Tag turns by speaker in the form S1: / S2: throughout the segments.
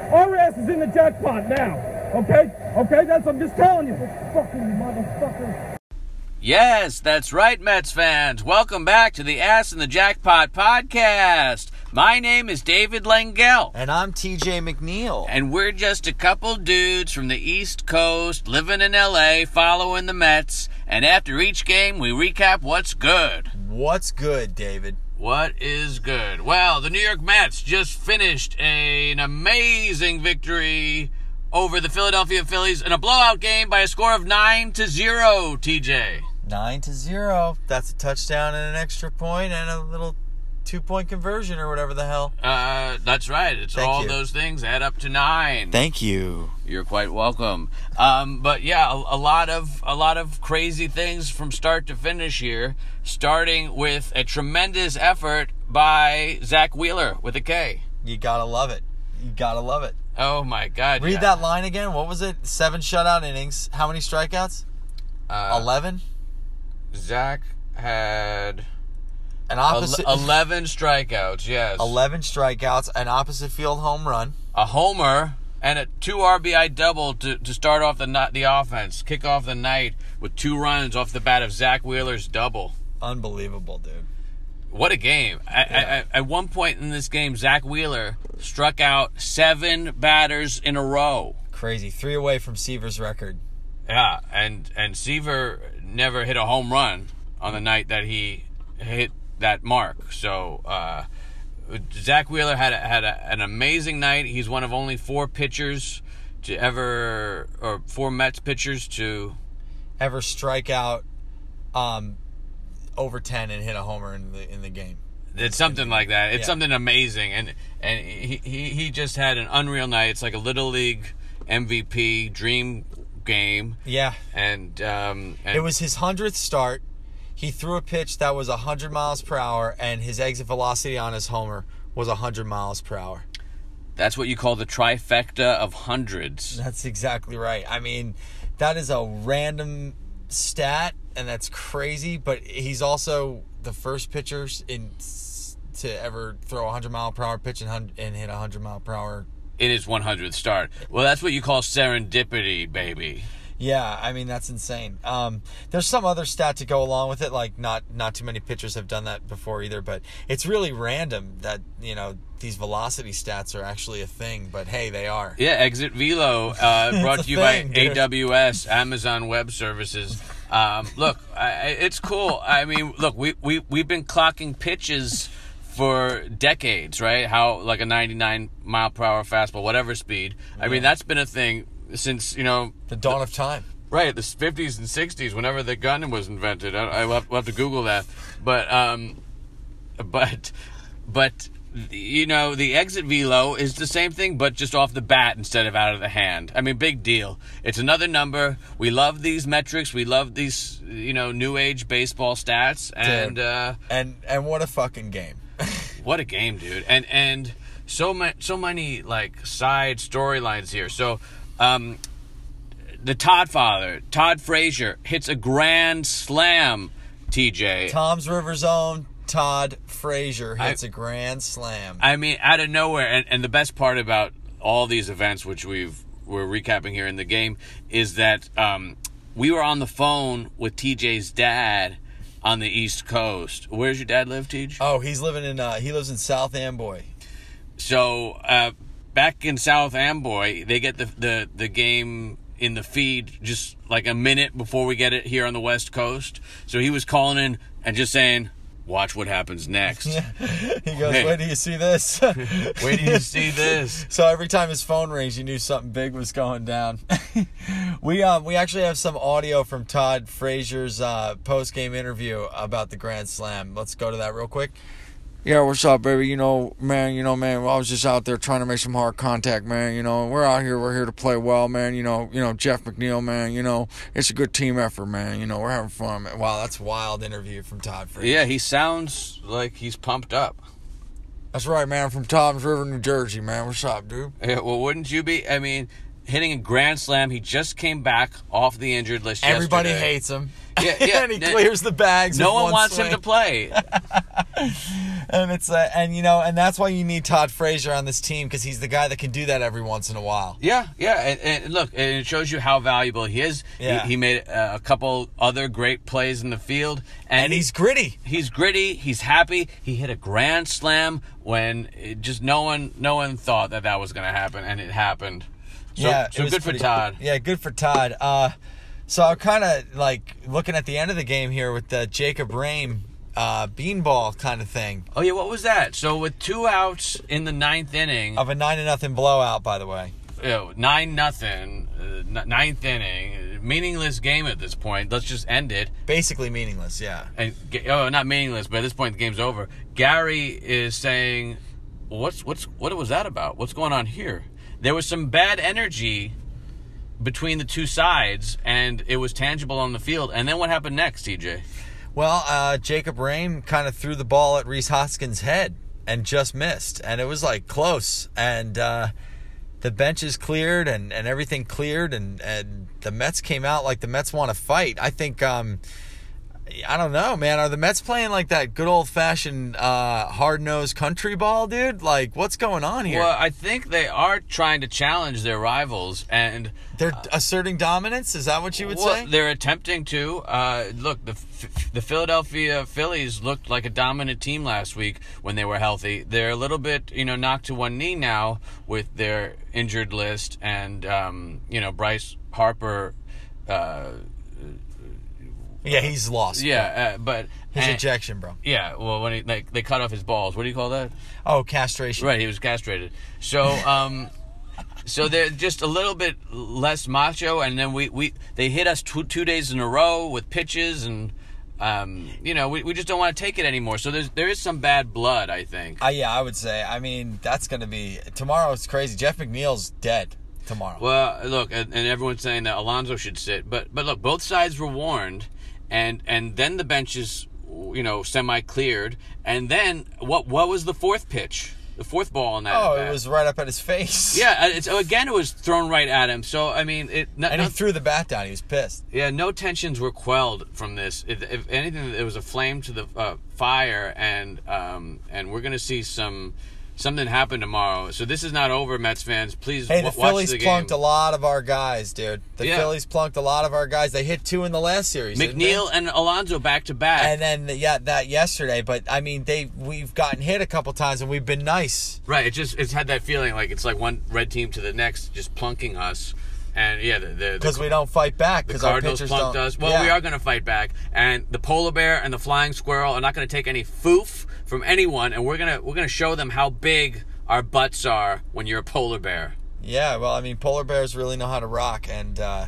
S1: ass is in the jackpot now. Okay? Okay, that's I'm just telling you. Fucking motherfucker.
S2: Yes, that's right, Mets fans. Welcome back to the Ass in the Jackpot podcast. My name is David Langell,
S3: And I'm TJ McNeil.
S2: and we're just a couple dudes from the East Coast living in LA following the Mets. And after each game, we recap what's good.
S3: What's good, David?
S2: What is good? Well, the New York Mets just finished an amazing victory over the Philadelphia Phillies in a blowout game by a score of 9 to 0, TJ.
S3: Nine to zero. That's a touchdown and an extra point and a little two point conversion or whatever the hell.
S2: Uh, that's right. It's
S3: Thank
S2: all
S3: you.
S2: those things add up to 9.
S3: Thank you.
S2: You're quite welcome. Um, but yeah, a, a lot of a lot of crazy things from start to finish here, starting with a tremendous effort by Zach Wheeler with a K.
S3: You gotta love it. You gotta love it.
S2: Oh my God!
S3: Read
S2: yeah.
S3: that line again. What was it? Seven shutout innings. How many strikeouts?
S2: Uh,
S3: Eleven?
S2: Zach had
S3: An
S2: el-
S3: opposite.
S2: eleven strikeouts. Yes,
S3: Eleven strikeouts, an opposite field home run.
S2: a homer and a two RBI double to, to start off the ni- the offense, kick off the night with two runs off the bat of Zach Wheeler's double.
S3: Unbelievable, dude.
S2: What a game! I, I, I, at one point in this game, Zach Wheeler struck out seven batters in a row.
S3: Crazy. Three away from Seaver's record.
S2: Yeah, and and Seaver never hit a home run on the night that he hit that mark. So uh, Zach Wheeler had a, had a, an amazing night. He's one of only four pitchers to ever, or four Mets pitchers to.
S3: Ever strike out um, over ten and hit a homer in the in the game.
S2: It's something like that. It's
S3: Yeah.
S2: something amazing, and and he, he he just had an unreal night. It's like a little league MVP dream game,
S3: Yeah.
S2: and um, and
S3: It was his hundredth start. He threw a pitch that was hundred miles per hour, and his exit velocity on his homer was hundred miles per hour.
S2: that's what you call the trifecta of hundreds.
S3: That's exactly right. I mean, that is a random stat, and that's crazy. But he's also the first pitcher in to ever throw a hundred mile per hour pitch and, hun- and hit a hundred mile per hour.
S2: in his 100th start. Well, that's what you call serendipity, baby.
S3: Yeah, I mean that's insane. Um, there's some other stat to go along with it, like not not too many pitchers have done that before either. But it's really random that you know these velocity stats are actually a thing. But hey, they are.
S2: Yeah, Exit Velo uh, brought
S3: a
S2: to you
S3: thing,
S2: by
S3: dude.
S2: AWS, Amazon Web Services. Um, look, I, I- it's cool. I mean, look, we, we, we've been clocking pitches for decades, right? How, like a 99 mile per hour fastball, whatever speed. I mean, that's been a thing since, you know,
S3: The dawn of time.
S2: Right, the fifties and sixties, whenever the gun was invented. I, I will have, we'll have to Google that, but um, but but you know the exit velo is the same thing, but just off the bat instead of out of the hand. I mean, big deal. It's another number. We love these metrics. We love these you know new age baseball stats, and uh,
S3: And and what a fucking game.
S2: what a game, dude! And and so many so many like side storylines here. So, um, the Todd father, Todd Frazier, hits a grand slam. TJ,
S3: Tom's River's own Todd Frazier hits
S2: I-
S3: a grand slam.
S2: I mean, out of nowhere. And, and the best part about all these events, which we've we're recapping here in the game, is that um, we were on the phone with TJ's dad on the East Coast. Where's your dad live, TJ?
S3: oh, he's living in uh, he lives in South Amboy.
S2: So uh, back in South Amboy, they get the, the the game in the feed just like a minute before we get it here on the West Coast. So he was calling in and just saying, "Watch what happens next.
S3: He goes,
S2: Hey.
S3: "Where do you see this?"
S2: Wait till you see this."
S3: So every time his phone rings, you knew something big was going down. we um we actually have some audio from Todd Frazier's uh, post game interview about the Grand Slam. Let's go to that real quick.
S4: Yeah, what's up, baby? You know, man, you know, man, I was just out there trying to make some hard contact, man. You know, we're out here, we're here to play well, man. You know, you know, Jeff McNeil, man, you know, it's a good team effort, man. You know, we're having fun, man.
S3: Wow, that's wild interview from Todd Frazier.
S2: Yeah, he sounds like he's pumped up.
S4: That's right, man, I'm from Tom's River, New Jersey, man. What's up, dude?
S2: Yeah, well, wouldn't you be? I mean, hitting a grand slam. He just came back off the injured list.
S3: Everybody
S2: yesterday.
S3: hates him.
S2: Yeah, yeah.
S3: and he
S2: No-
S3: clears the bags.
S2: No
S3: with
S2: one wants
S3: swing.
S2: him to play.
S3: and it's uh, and you know and that's why you need Todd Frazier on this team because he's the guy that can do that every once in a while.
S2: Yeah, yeah, and, and look, and it shows you how valuable he is.
S3: Yeah.
S2: He, he made uh, a couple other great plays in the field, and,
S3: And he's gritty.
S2: he's gritty. He's happy. He hit a grand slam when it just no one no one thought that that was going to happen, and it happened. So,
S3: yeah, it
S2: so
S3: was
S2: good for
S3: pretty-
S2: Todd.
S3: Yeah, good for Todd. Uh, so I'm kind of like looking at the end of the game here with the Jacob Rame uh, beanball kind of thing
S2: Oh yeah, what was that? So with two outs in the ninth inning,
S3: of a nine to nothing blowout. By the way,
S2: you know, nine nothing, uh, n- ninth inning, meaningless game at this point. Let's just end it.
S3: basically meaningless. Yeah,
S2: and Ga- oh, not meaningless. But at this point, the game's over. Gary is saying, "What's what's what was that about? What's going on here?" There was some bad energy between the two sides, and it was tangible on the field. And then what happened next, TJ?
S3: Well, uh, Jacob Rame kind of threw the ball at Reese Hoskins' head and just missed, and it was like close. And uh, the benches cleared and, and everything cleared, and, and the Mets came out like the Mets want to fight. I think um, I don't know, man. Are the Mets playing like that good old fashioned uh, hard nosed country ball, dude? Like, what's going on here?
S2: Well, I think they are trying to challenge their rivals, and
S3: They're asserting dominance. Is that what you would
S2: well,
S3: say?
S2: they're attempting to. Uh, look, the Ph- the Philadelphia Phillies looked like a dominant team last week when they were healthy. They're a little bit, you know, knocked to one knee now with their injured list and um, you know Bryce Harper. Uh,
S3: Yeah, he's lost.
S2: yeah, uh, but
S3: his
S2: and-
S3: ejection, bro.
S2: Yeah, well, when he, like they cut off his balls. What do you call that?
S3: Oh, castration.
S2: Right, he was castrated. So, um, so they're just a little bit less macho, and then we, we they hit us two, two days in a row with pitches, and um, you know we, we just don't want to take it anymore. So there's there is some bad blood, I think.
S3: Uh, yeah, I would say. I mean, that's going to be tomorrow. It's crazy. Jeff McNeil's dead tomorrow.
S2: Well, look, and, and everyone's saying that Alonso should sit, but but look, both sides were warned, and and then the benches, you know, semi cleared, and then what what was the fourth pitch, the fourth ball on that?
S3: oh,
S2: at-bat?
S3: it was right up at his face.
S2: Yeah, and it's, oh, again, it was thrown right at him. So I mean, it. No,
S3: and
S2: no-
S3: he threw the bat down. He was pissed.
S2: Yeah, no tensions were quelled from this. If, if anything, it was a flame to the uh, fire, and um, and we're gonna see some something happen tomorrow. So this is not over, Mets fans. Please
S3: Hey,
S2: wa-
S3: the
S2: watch
S3: Phillies
S2: the game.
S3: plunked a lot of our guys, dude. The
S2: Yeah.
S3: Phillies plunked a lot of our guys. They hit two in the last series. didn't they?
S2: McNeil and Alonso back to back.
S3: And then yeah, that yesterday. But I mean, they we've gotten hit a couple times, and we've been nice.
S2: Right. It just it's had that feeling like it's like one red team to the next, just plunking us. And yeah, the the, the
S3: Because we don't fight back.
S2: The
S3: Because our
S2: Cardinals
S3: pitchers
S2: plunked
S3: don't.
S2: us. Well, we
S3: Yeah.
S2: are going to fight back, and the polar bear and the flying squirrel are not going to take any foof from anyone, and we're gonna we're gonna show them how big our butts are when you're a polar bear.
S3: Yeah, well, I mean, polar bears really know how to rock, and uh,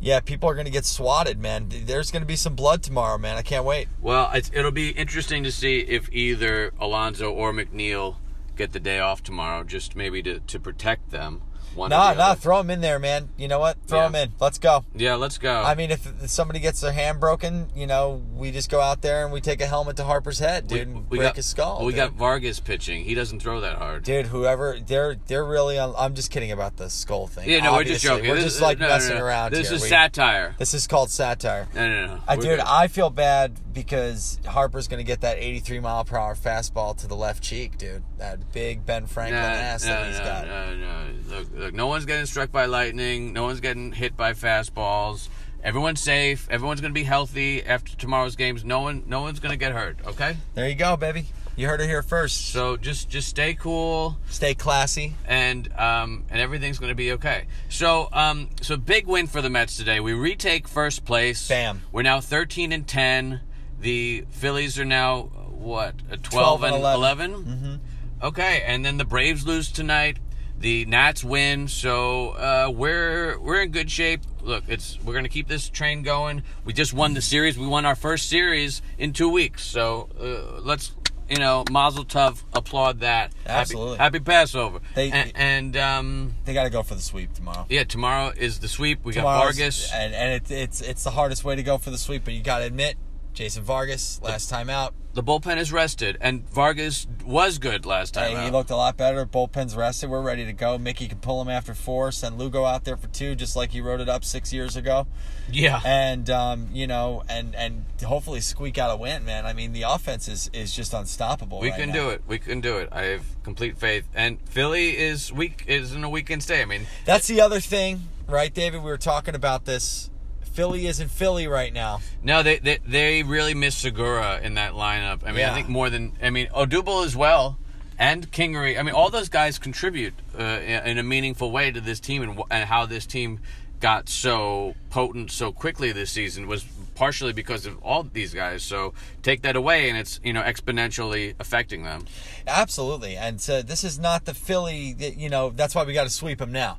S3: yeah, people are gonna get swatted, man. There's gonna be some blood tomorrow, man. I can't wait.
S2: Well, it's, it'll be interesting to see if either Alonzo or McNeil get the day off tomorrow, just maybe to, to protect them. One or
S3: Nah,
S2: the
S3: nah,
S2: other.
S3: throw them in there, man. You know what? Throw
S2: Yeah.
S3: them in. Let's go.
S2: yeah, let's go.
S3: I mean, if somebody gets their hand broken, you know, we just go out there and we take a helmet to Harper's head, dude, and break
S2: got,
S3: his skull.
S2: We
S3: dude.
S2: got Vargas pitching. He doesn't throw that hard.
S3: Dude, whoever they're they're really on, I'm just kidding about the skull thing.
S2: yeah, no, we're just
S3: obviously.
S2: joking.
S3: We're
S2: This-
S3: just like
S2: no, no,
S3: messing
S2: no.
S3: around
S2: This
S3: here.
S2: is
S3: We-
S2: satire.
S3: This is called satire.
S2: No, no, no.
S3: I
S2: We're
S3: dude,
S2: good.
S3: I feel bad because Harper's gonna get that 83 mile per hour fastball to the left cheek, dude. That big Ben Franklin ass that he's
S2: no,
S3: got.
S2: No, no, Look, look, no one's getting struck by lightning. No one's getting hit by fastballs. Everyone's safe. Everyone's going to be healthy after tomorrow's games. No one, no one's going to get hurt. Okay,
S3: There you go, baby. You heard it here first.
S2: so just just stay cool,
S3: Stay classy.
S2: and um, and everything's going to be okay. So um, so big win for the Mets today. We retake first place.
S3: Bam.
S2: We're now thirteen and ten. The Phillies are now what uh, 12,
S3: 12 and Mm-hmm.
S2: and
S3: 11.
S2: 11 Okay, and then the Braves lose tonight. The Nats win, so uh, we're we're in good shape. Look, it's we're gonna keep this train going. We just won the series. We won our first series in two weeks, so uh, let's you know Mazel Tov, applaud that. Happy-
S3: Absolutely.
S2: happy, Passover.
S3: They-
S2: and and um,
S3: They gotta go for the sweep tomorrow.
S2: yeah, tomorrow is the sweep. We got
S3: Tomorrow's-
S2: Vargas.
S3: and and it, it's it's the hardest way to go for the sweep, but you gotta admit Jason Vargas last time out.
S2: The bullpen is rested, and Vargas was good last time.
S3: Hey,
S2: out.
S3: he looked a lot better. Bullpen's rested. We're ready to go. Mickey can pull him after four. Send Lugo out there for two, just like he wrote it up six years ago.
S2: yeah.
S3: And um, you know, and and hopefully squeak out a win, man. I mean, the offense is is just unstoppable.
S2: we can do it. We can do it. I have complete faith. And Philly is week is in a weekend stay. I mean,
S3: That's the other thing, right, David? We were talking about this. Philly isn't Philly right now.
S2: No, they they, they really miss Segura in that lineup. I mean, I
S3: Yeah.
S2: think more than I mean Odubel as well, and Kingery. I mean, all those guys contribute uh, in in a meaningful way to this team and wh- and how this team got so potent so quickly this season was partially because of all these guys. So take that away, and it's you know exponentially affecting them.
S3: Absolutely. And so this is not the Philly, that, you know, that's why we got to sweep them now.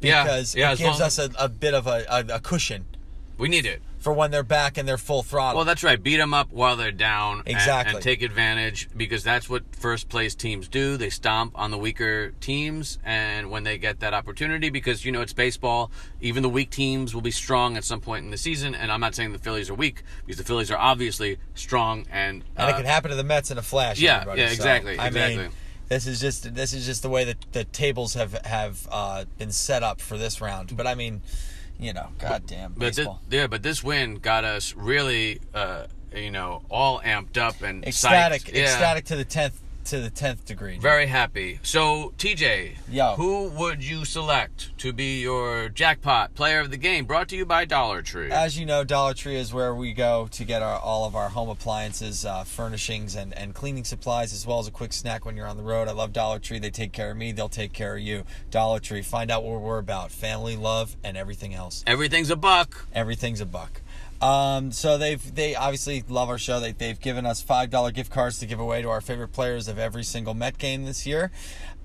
S2: Yeah,
S3: Because
S2: yeah,
S3: it
S2: as
S3: gives
S2: long-
S3: us a, a bit of a, a, a cushion
S2: We need it.
S3: for when they're back and they're full throttle.
S2: Well, that's right. Beat them up while they're down. and- And,
S3: Exactly.
S2: take advantage because that's what first place teams do. They stomp on the weaker teams, and when they get that opportunity, because you know it's baseball. Even the weak teams will be strong at some point in the season. And I'm not saying the Phillies are weak because the Phillies are obviously strong and.
S3: and
S2: uh,
S3: it can happen to the Mets in a flash.
S2: Yeah,
S3: everybody.
S2: yeah,
S3: So,
S2: exactly,
S3: I mean,
S2: exactly.
S3: this is just this is just the way that the tables have have uh, been set up for this round. But I mean, you know, goddamn
S2: but thi-
S3: baseball.
S2: yeah, but this win got us really, uh, you know, all amped up and psyched.
S3: ecstatic,
S2: Yeah.
S3: ecstatic to the tenth to the tenth degree.
S2: Very happy. So, TJ,
S3: Yo.
S2: who would you select to be your jackpot player of the game? Brought to you by Dollar Tree.
S3: As you know, Dollar Tree is where we go to get our all of our home appliances, uh, furnishings, and, and cleaning supplies, as well as a quick snack when you're on the road. I love Dollar Tree. They take care of me. They'll take care of you. Dollar Tree. Find out what we're about: family, love, and everything else.
S2: Everything's a buck.
S3: Everything's a buck. Um, so they've they obviously love our show. They they've given us five dollar gift cards to give away to our favorite players of every single Met game this year.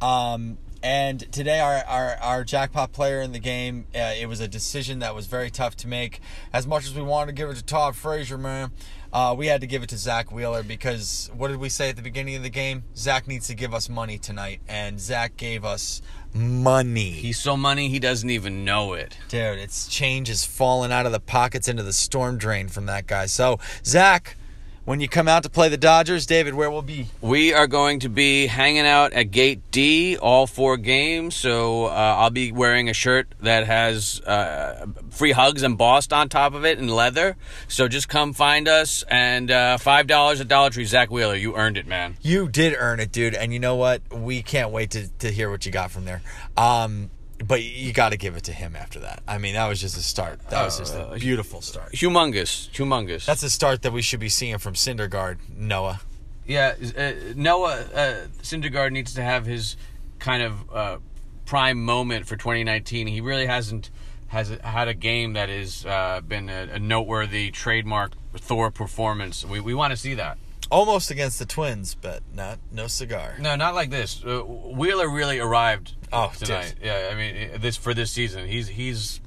S3: Um, and today our, our our jackpot player in the game, uh, it was a decision that was very tough to make. As much as we wanted to give it to Todd Frazier, man, uh, we had to give it to Zach Wheeler because what did we say at the beginning of the game? Zach needs to give us money tonight, and Zach gave us money.
S2: He's so money he doesn't even know it.
S3: Dude, it's change is falling out of the pockets into the storm drain from that guy. So, Zach, when you come out to play the Dodgers, David, where will be?
S2: We are going to be hanging out at Gate D all four games. So uh, I'll be wearing a shirt that has uh, free hugs embossed on top of it in leather. So just come find us and uh, five dollars at Dollar Tree. Zach Wheeler, you earned it, man.
S3: You did earn it, dude. And you know what? We can't wait to, to hear what you got from there. Um, but you got to give it to him after that. I mean, that was just a start. That was just
S2: Uh,
S3: a beautiful start.
S2: Humongous, humongous.
S3: That's a start that we should be seeing from Cindergard, Noah.
S2: Yeah, uh, Noah uh, Syndergaard needs to have his kind of uh, prime moment for 2019. He really hasn't has had a game that has uh, been a, a noteworthy trademark Thor performance. We we want to see that.
S3: Almost against the Twins, but not no cigar.
S2: No, not like this. Uh, Wheeler really arrived
S3: Oh,
S2: tonight. Yeah, I mean uh, this for this season. He's he's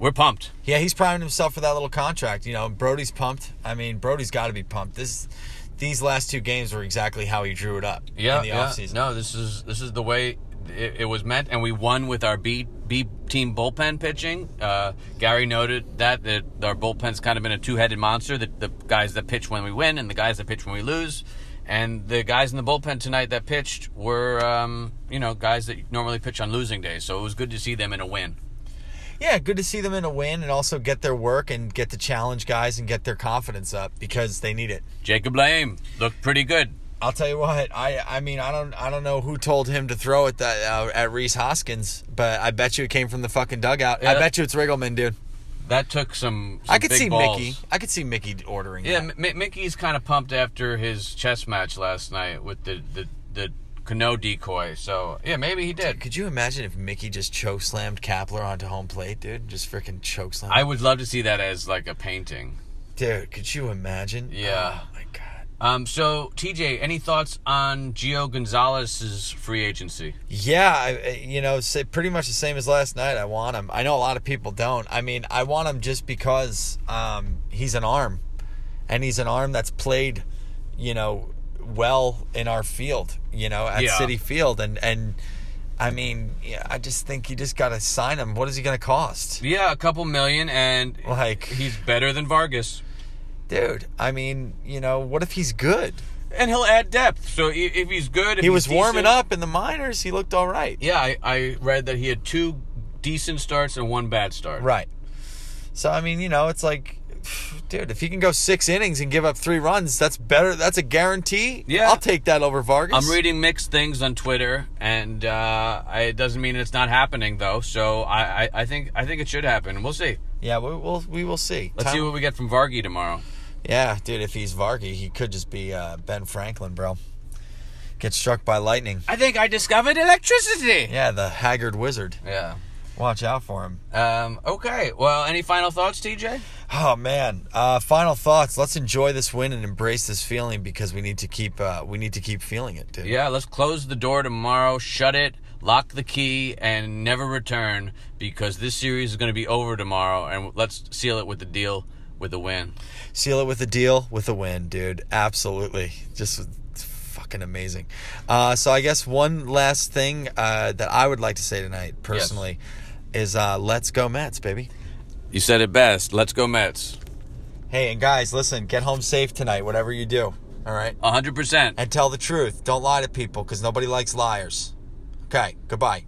S2: we're pumped.
S3: Yeah, he's priming himself for that little contract. You know, Brody's pumped. I mean, Brody's got to be pumped. This, these last two games were exactly how he drew it up.
S2: Yeah,
S3: in the
S2: yeah.
S3: offseason.
S2: No, this is this is the way it, it was meant, and we won with our B B team bullpen pitching. Uh, Gary noted that that our bullpen's kind of been a two headed monster. That the guys that pitch when we win, and the guys that pitch when we lose, and the guys in the bullpen tonight that pitched were um, you know guys that normally pitch on losing days. So it was good to see them in a win.
S3: Yeah, good to see them in a win and also get their work and get to challenge guys and get their confidence up because they need it.
S2: Jacob Lame looked pretty good.
S3: I'll tell you what. I I mean I don't I don't know who told him to throw it that uh, at Reese Hoskins, but I bet you it came from the fucking dugout. I
S2: Yeah.
S3: bet you it's Riggleman, dude.
S2: That took some. some
S3: I could
S2: big
S3: see
S2: balls.
S3: Mickey. I could see Mickey ordering.
S2: Yeah,
S3: that.
S2: M- M- Mickey's kind of pumped after his chess match last night with the the the Cano decoy. So yeah, maybe he did.
S3: Could you imagine if Mickey just choke slammed Kapler onto home plate, dude? Just freaking choke slam.
S2: I would love to see that as like a painting.
S3: Dude, could you imagine?
S2: Yeah.
S3: Oh my god.
S2: Um, so TJ, any thoughts on Gio Gonzalez's free agency?
S3: Yeah, I- I, you know, say pretty much the same as last night. I want him. I know a lot of people don't. I mean, I want him just because um, he's an arm, and he's an arm that's played, you know, well in our field. You know, at
S2: Yeah.
S3: City Field, and and I mean, yeah, I just think you just got to sign him. What is he going to cost?
S2: Yeah, a couple million, and
S3: Like-
S2: he's better than Vargas.
S3: dude. I mean, you know, what if he's good?
S2: and he'll add depth. So i- if he's good, if
S3: He
S2: he's
S3: was warming
S2: decent-
S3: up in the minors. He looked all right.
S2: Yeah, I, I read that he had two decent starts and one bad start.
S3: Right. So I mean, you know, it's like, dude, if he can go six innings and give up three runs, that's better. That's a guarantee.
S2: Yeah.
S3: I'll take that over Vargas.
S2: I'm reading mixed things on Twitter, and uh, I- it doesn't mean it's not happening though. So I, I, I think I think it should happen. We'll see.
S3: Yeah, we, we'll we will see.
S2: Let's
S3: Time-
S2: see what we get from Vargy tomorrow.
S3: Yeah, dude, if he's Vargy, he could just be uh, Ben Franklin, bro. Get struck by lightning.
S2: I think I discovered electricity.
S3: Yeah, the haggard wizard.
S2: Yeah.
S3: Watch out for him.
S2: Um, okay. Well, any final thoughts, TJ?
S3: Oh man. Uh, final thoughts. Let's enjoy this win and embrace this feeling because we need to keep uh, we need to keep feeling it, dude.
S2: Yeah. Let's close the door tomorrow. Shut it. Lock the key and never return because this series is going to be over tomorrow. And let's seal it with the deal with the win.
S3: Seal it with a deal, with a win, dude. Absolutely. Just it's fucking amazing. Uh, so I guess one last thing uh, that I would like to say tonight, personally, is uh, let's go Mets, baby.
S2: You said it best. Let's go Mets.
S3: Hey, and guys, listen, get home safe tonight, whatever you do. All right.
S2: 100%.
S3: and tell the truth. Don't lie to people because nobody likes liars. Okay, goodbye.